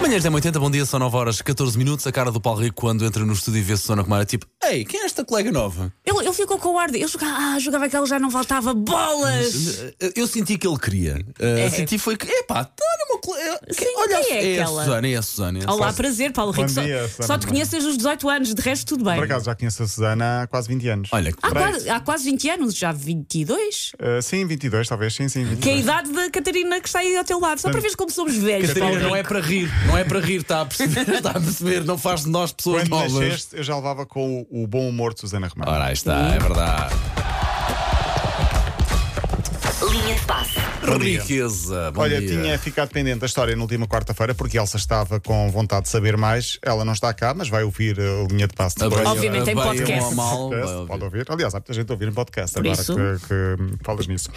Manhãs da 80, bom dia, são 9 horas 14 minutos. A cara do Paulo Rico quando entra no estúdio e vê Susana Romana, tipo, ei, quem é esta colega nova? Ele, ele ficou com o ar de. Eu jogava, ah, jogava aquela, já não faltava bolas! Eu- Eh, Eu senti que ele queria. Uh, Senti foi que, epá, tá numa colega. É. Sim, Olha, quem é é a aquela? Susana, é a Susana. é a Olá, Susana. prazer, Paulo Rico. Só, dia, Susana. só te conheço desde os 18 anos, de resto tudo bem. Por acaso já conheço a Susana há quase 20 anos. Olha, que Há bem. quase, há quase 20 anos, já 22. Uh, sim, 22, talvez. Sim, sim, 22. Que é a idade da Catarina que está aí ao teu lado. Só para veres como somos velhos. Catarina, Paulo não é Rico. para rir, não é para rir, está a perceber, está a perceber, não faz de nós pessoas Quando novas. nasceste, eu já levava com o, o bom humor de Susana Romano. Ora, aí está, é verdade. Linha de passe. Riqueza. Bom Olha, dia. tinha ficado pendente da história na última quarta-feira porque Elsa estava com vontade de saber mais. Ela não está cá, mas vai ouvir uh, o linha de passo depois. Abraço, Obviamente, tem Tá bem ou podcast. mal, vai Podcast, ouvir. Pode ouvir. Aliás, há muita gente a ouvir em podcast agora isso. que, que, hum, falas nisso.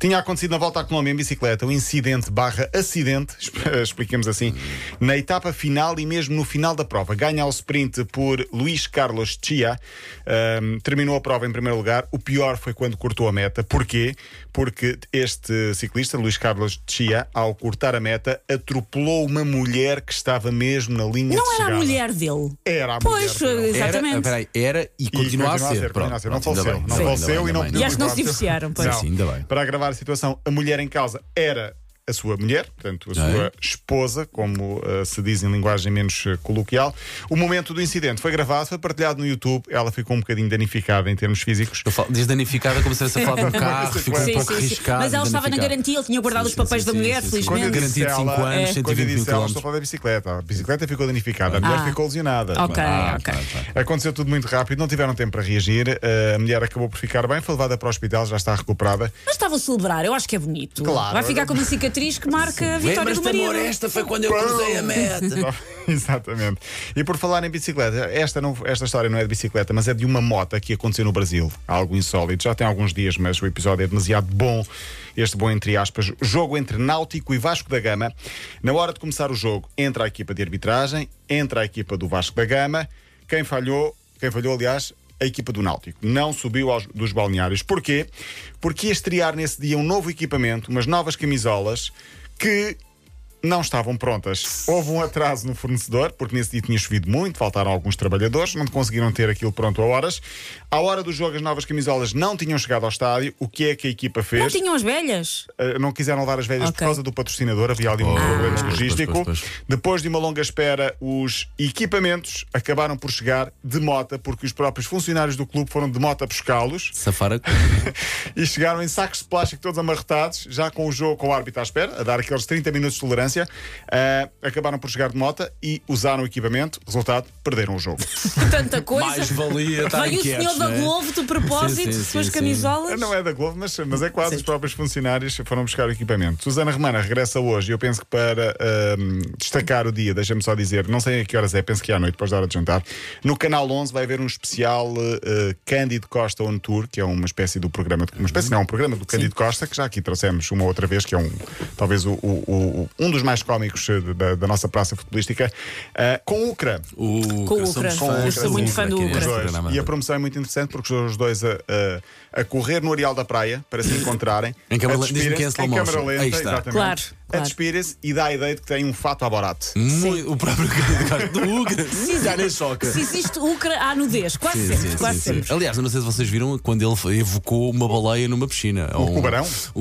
Tinha acontecido na volta à Colômbia em bicicleta um incidente barra acidente, expliquemos assim, na etapa final e mesmo no final da prova. Ganha ao sprint por Luís Carlos Chia. Hum, terminou a prova em primeiro lugar. O pior foi quando cortou a meta. Porquê? Porque este ciclista, Luís Carlos Chia, ao cortar a meta, atropelou uma mulher que estava mesmo na linha de Não era chegada. a mulher dele. Era a Pois, mulher. dele. Era, exatamente. ah, peraí, era e continua a continua a ser. ser, Pronto, continua a ser. Não pronto, ainda faleceu, bem, não ainda faleceu bem, e ainda não bem. E pediu acho que não se divórcio. divorciaram, pois. Não. Sim, ainda bem. Para agravar a situação, a mulher em causa era a sua mulher, portanto, a é? sua esposa, como eh, se diz em linguagem menos eh, coloquial. O momento do incidente foi gravado, foi partilhado no YouTube. Ela ficou um bocadinho danificada em termos físicos. Eu falo- Diz danificada como se fosse a falar de um carro, ficou um Sim, pouco arriscado. Mas ela estava na danificado. garantia, ele tinha guardado Sim, os papéis sim, da sim, sim, mulher, sim. felizmente. Quando eu disse Garantido 5 anos, ela- É. Quando eu 120 mil disse ela, estou a quilómetros. falar da bicicleta. A bicicleta ficou danificada, a mulher Ah. ficou lesionada. Ok, Ah, ok. claro, claro. Aconteceu tudo muito rápido, não tiveram tempo para reagir. eh, a mulher acabou por ficar bem, foi levada para o hospital, já está recuperada. Mas estava a celebrar, eu acho que é bonito. Claro. Vai ficar com uma cicatriz que marca a vitória do Lembras-te, marido. amor, esta foi quando eu cruzei a meta. Exatamente. E por falar em bicicleta, esta, não, esta história não é de bicicleta, mas é de uma moto que aconteceu no Brasil. Algo insólito. Já tem alguns dias, mas o episódio é demasiado bom. Este bom, entre aspas, jogo entre Náutico e Vasco da Gama. Na hora de começar o jogo, entra a equipa de arbitragem, entra a equipa do Vasco da Gama. Quem falhou, quem falhou, aliás, a equipa do Náutico. Não subiu aos, dos balneários. Porquê? Porque ia estrear nesse dia um novo equipamento, umas novas camisolas que não estavam prontas. Houve um atraso no fornecedor, porque nesse dia tinha chovido muito, faltaram alguns trabalhadores, não conseguiram ter aquilo pronto a horas. À hora do jogo, as novas camisolas não tinham chegado ao estádio. O que é que a equipa fez? Não tinham as velhas? Uh, não quiseram levar as velhas por Ok. causa do patrocinador, havia ali um problema Ah. pois, logístico. pois, pois, pois. Depois de uma longa espera, os equipamentos acabaram por chegar de mota, porque os próprios funcionários do clube foram de mota buscá-los Safara. e chegaram em sacos de plástico todos amarretados, já com o jogo com o árbitro à espera, a dar aqueles 30 minutos de tolerância. Uh, acabaram por chegar de mota e usaram o equipamento. Resultado, perderam o jogo. Tanta coisa. Mais valia estar Veio o inquietos, senhor da não é? Globo de Sim, propósito, sim, suas sim, sim. camisolas. Não é da Globo, mas, mas é quase. Os próprios funcionários foram buscar o equipamento. Susana Romana regressa hoje e eu penso que para ahm, destacar o dia, deixa-me só dizer, não sei a que horas é, penso que é à noite, depois da hora de jantar. No Canal 11 vai haver um especial eh, eh, Cândido Costa On Tour, que é uma espécie do programa, de- uma espécie não, um programa do Cândido Costa, que já aqui trouxemos uma outra vez, que é um, talvez o, o- o- um dos mais cómicos eh, da, da nossa praça futebolística, ah, com o Ucra. O Com o eu sou Ucra. muito Com fã o do Ucra. aqui fã do Ucra. Eu sou muito neste Dois. programa. E a promoção é muito interessante porque são os dois a, a- a correr no areal da praia para se encontrarem. Em câmara a lenta, diz-me que é em despirem-se, slow em câmara motion. lenta, Aí está. exatamente. Claro, A claro. despirem-se e dá a ideia de que tem um fato à barate. Muito- O próprio candidato do Ucra. Sim, Já sim. nem choca. Se existe Ucra, há nudez. Quase Sim, sempre, sim, quase sim, sim. sempre. Aliás, eu não sei se vocês viram quando ele foi- evocou uma baleia numa piscina. Ou um- tubarão? O,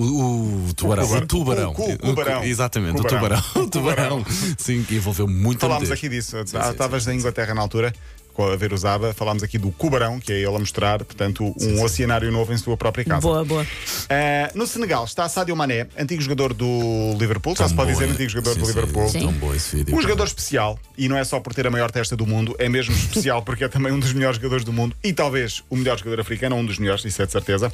o, tubarão. cubar- O tubarão. o cu- o cubarão. Exatamente, o Cubarão. tubarão. O tubarão. Sim, que envolveu muito Falámos aqui disso. Ah, Estavas na Inglaterra na altura. com A ver usava, falámos aqui do Cubarão, que é ele a mostrar, portanto, um oceanário novo em sua própria casa. Boa, boa. Ah, no Senegal está Sadio Mané, antigo jogador do Liverpool, já se pode dizer antigo jogador do Liverpool. Tão bom esse vídeo. Um jogador especial, e não é só por ter a maior testa do mundo, é mesmo especial porque é também um dos melhores jogadores do mundo e talvez o melhor jogador africano, um dos melhores, isso é de certeza.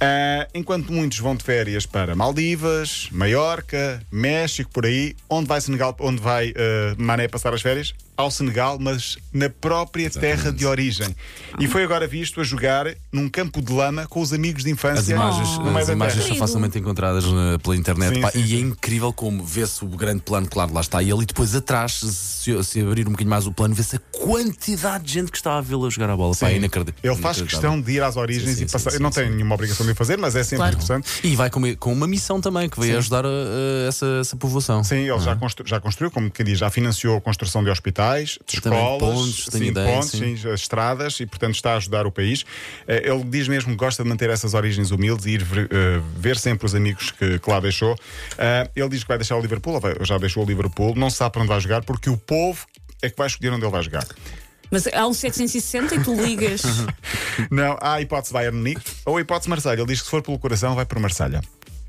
Ah, enquanto muitos vão de férias para Maldivas, Maiorca, México, por aí, onde vai Senegal, onde vai ah, Mané passar as férias? Ao Senegal, mas na própria própria terra de origem. E foi agora visto a jogar num campo de lama com os amigos de infância. As imagens, no meio as da imagens terra. são Querido. facilmente encontradas eh, pela internet Sim, pá, sim, e sim. é incrível como vê-se o grande plano, claro, lá está ele, e depois atrás, se, se abrir um bocadinho mais o plano, vê-se a quantidade de gente que está a vê-lo a jogar a bola. Pá, é inacredi- Ele faz inacreditável. questão de ir às origens Sim, sim, e passar. sim, não sim, tem sim. nenhuma obrigação de o fazer, mas é sempre Claro. interessante. E vai com, com uma missão também que vai ajudar a- a essa, essa povoação. Sim, ele já, constru- já construiu, como quem diz, já financiou a construção de hospitais, de Também escolas, pontes, tenho sim, ideia, pontes, sim. sim, as estradas e, portanto, está a ajudar o país. Eh, Ele diz mesmo que gosta de manter essas origens humildes e ir ver, eh, ver sempre os amigos que, que lá deixou. Ah, ele diz que vai deixar o Liverpool, ou vai- ou já deixou o Liverpool, não sabe para onde vai jogar, porque o povo é que vai escolher onde ele vai jogar. Mas há um 760 e tu ligas. Não, há a hipótese Bayern Munique ou a hipótese Marselha. Ele diz que se for pelo coração, vai para Marselha.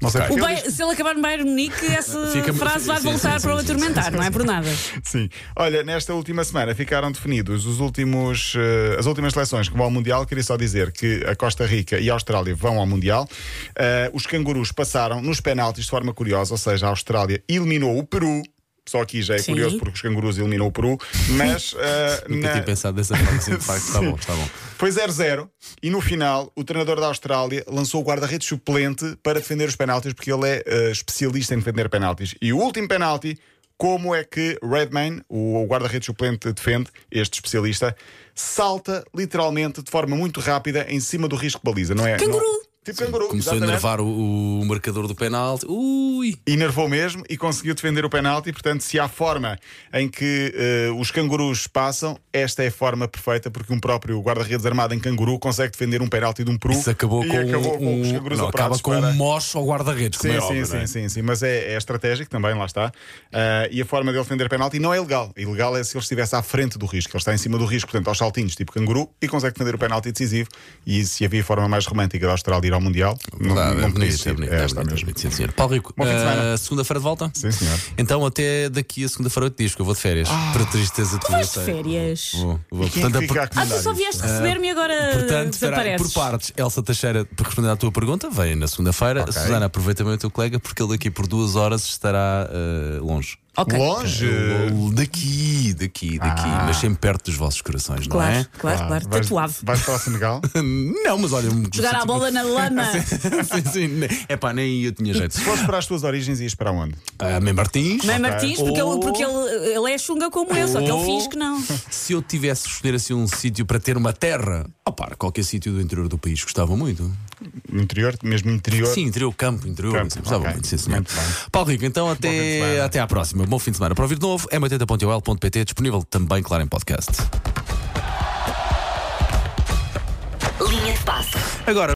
Não sei Ok. O porque ele Bay- diz- se ele acabar no Bayern Munique, essa Fica- frase vai sim, sim, voltar sim, para o sim, sim, atormentar, não é por nada. Sim. Olha, nesta última semana ficaram definidos os últimos, eh, as últimas seleções que vão ao Mundial. Queria só dizer que a Costa Rica e a Austrália vão ao Mundial. Eh, os cangurus passaram nos penaltis de forma curiosa, ou seja, a Austrália eliminou o Peru. Só aqui já é Sim. curioso porque os cangurus eliminou o Peru, mas eh, Nunca na- tinha pensado dessa forma, sim, de facto, está bom, está bom. foi 0-0 e no final o treinador da Austrália lançou o guarda-redes suplente para defender os penaltis porque ele é eh, especialista em defender penaltis. E o último penalti, como é que Redman, o guarda-redes suplente, defende, este especialista, salta literalmente de forma muito rápida em cima do risco de baliza, não é? Canguru. Não- Tipo canguru, Começou exatamente. a enervar o, o marcador do penalti. Ui! E nervou mesmo e conseguiu defender o penalti. Portanto, se há forma em que eh, os cangurus passam, esta é a forma perfeita, porque um próprio guarda-redes armado em canguru consegue defender um penalti de um peru. Isso acabou e com acabou com os um- cangurus não, acaba apurados com para- um mocho ao guarda-redes, como Sim, é sim, óbvio, sim, não é? sim, sim, mas é, é estratégico também, lá está. Ah, e a forma dele defender penalti não é ilegal. Ilegal é se ele estivesse à frente do risco. Ele está em cima do risco, portanto, aos saltinhos, tipo canguru, e consegue defender o penalti decisivo. E se havia forma mais romântica da Austrália ir ao Mundial, não, Verdade, é não podia bonito, existir. é bonito, É é esta bonito, é mesmo. bonito, sim, senhor. Paulo Rico, Bom fim de semana. eh, segunda-feira de volta? Sim, senhor. Ah. Então até daqui a segunda-feira oito dias, que eu vou de férias. Para tristeza de Vais de férias. Vou, vou. Quem é que Portanto, a- fica a Ah, tu comandar só isto? vieste receber-me e agora Portanto, espera aí, desapareces. por partes, Elsa Teixeira, por responder à tua pergunta, vem na segunda-feira. Ok. Susana, aproveita bem o teu colega, porque ele daqui por duas horas estará eh, longe. Ok. Longe. Daqui, daqui, daqui, mas sempre perto dos vossos corações, Claro, não é? claro, claro. Vais- Tatuado. Vais para o Senegal? Não, mas olha, um- Jogar a bola na lama. Sim, sim, né? é pá, nem eu tinha jeito. Se fores para as tuas origens, ias para onde? Ah, Mem Martins. Não é Martins? Porque, Ou- ele, porque ele, Oh. ele é chunga como eu, só que ele Ou- finge que não. Se eu tivesse de escolher assim um sítio para ter uma terra, opá, qualquer sítio do interior do país gostava muito. Interior, mesmo interior? Sim, interior, campo, interior. Campo, sim, gostava ok. muito, sim, senhor. Muito bem. Paulo Rico, então fim de até, semana. até à próxima. Bom fim de semana. Para ouvir de novo, m80.ol.pt, disponível também, claro, em podcast. Linha de passe. Agora.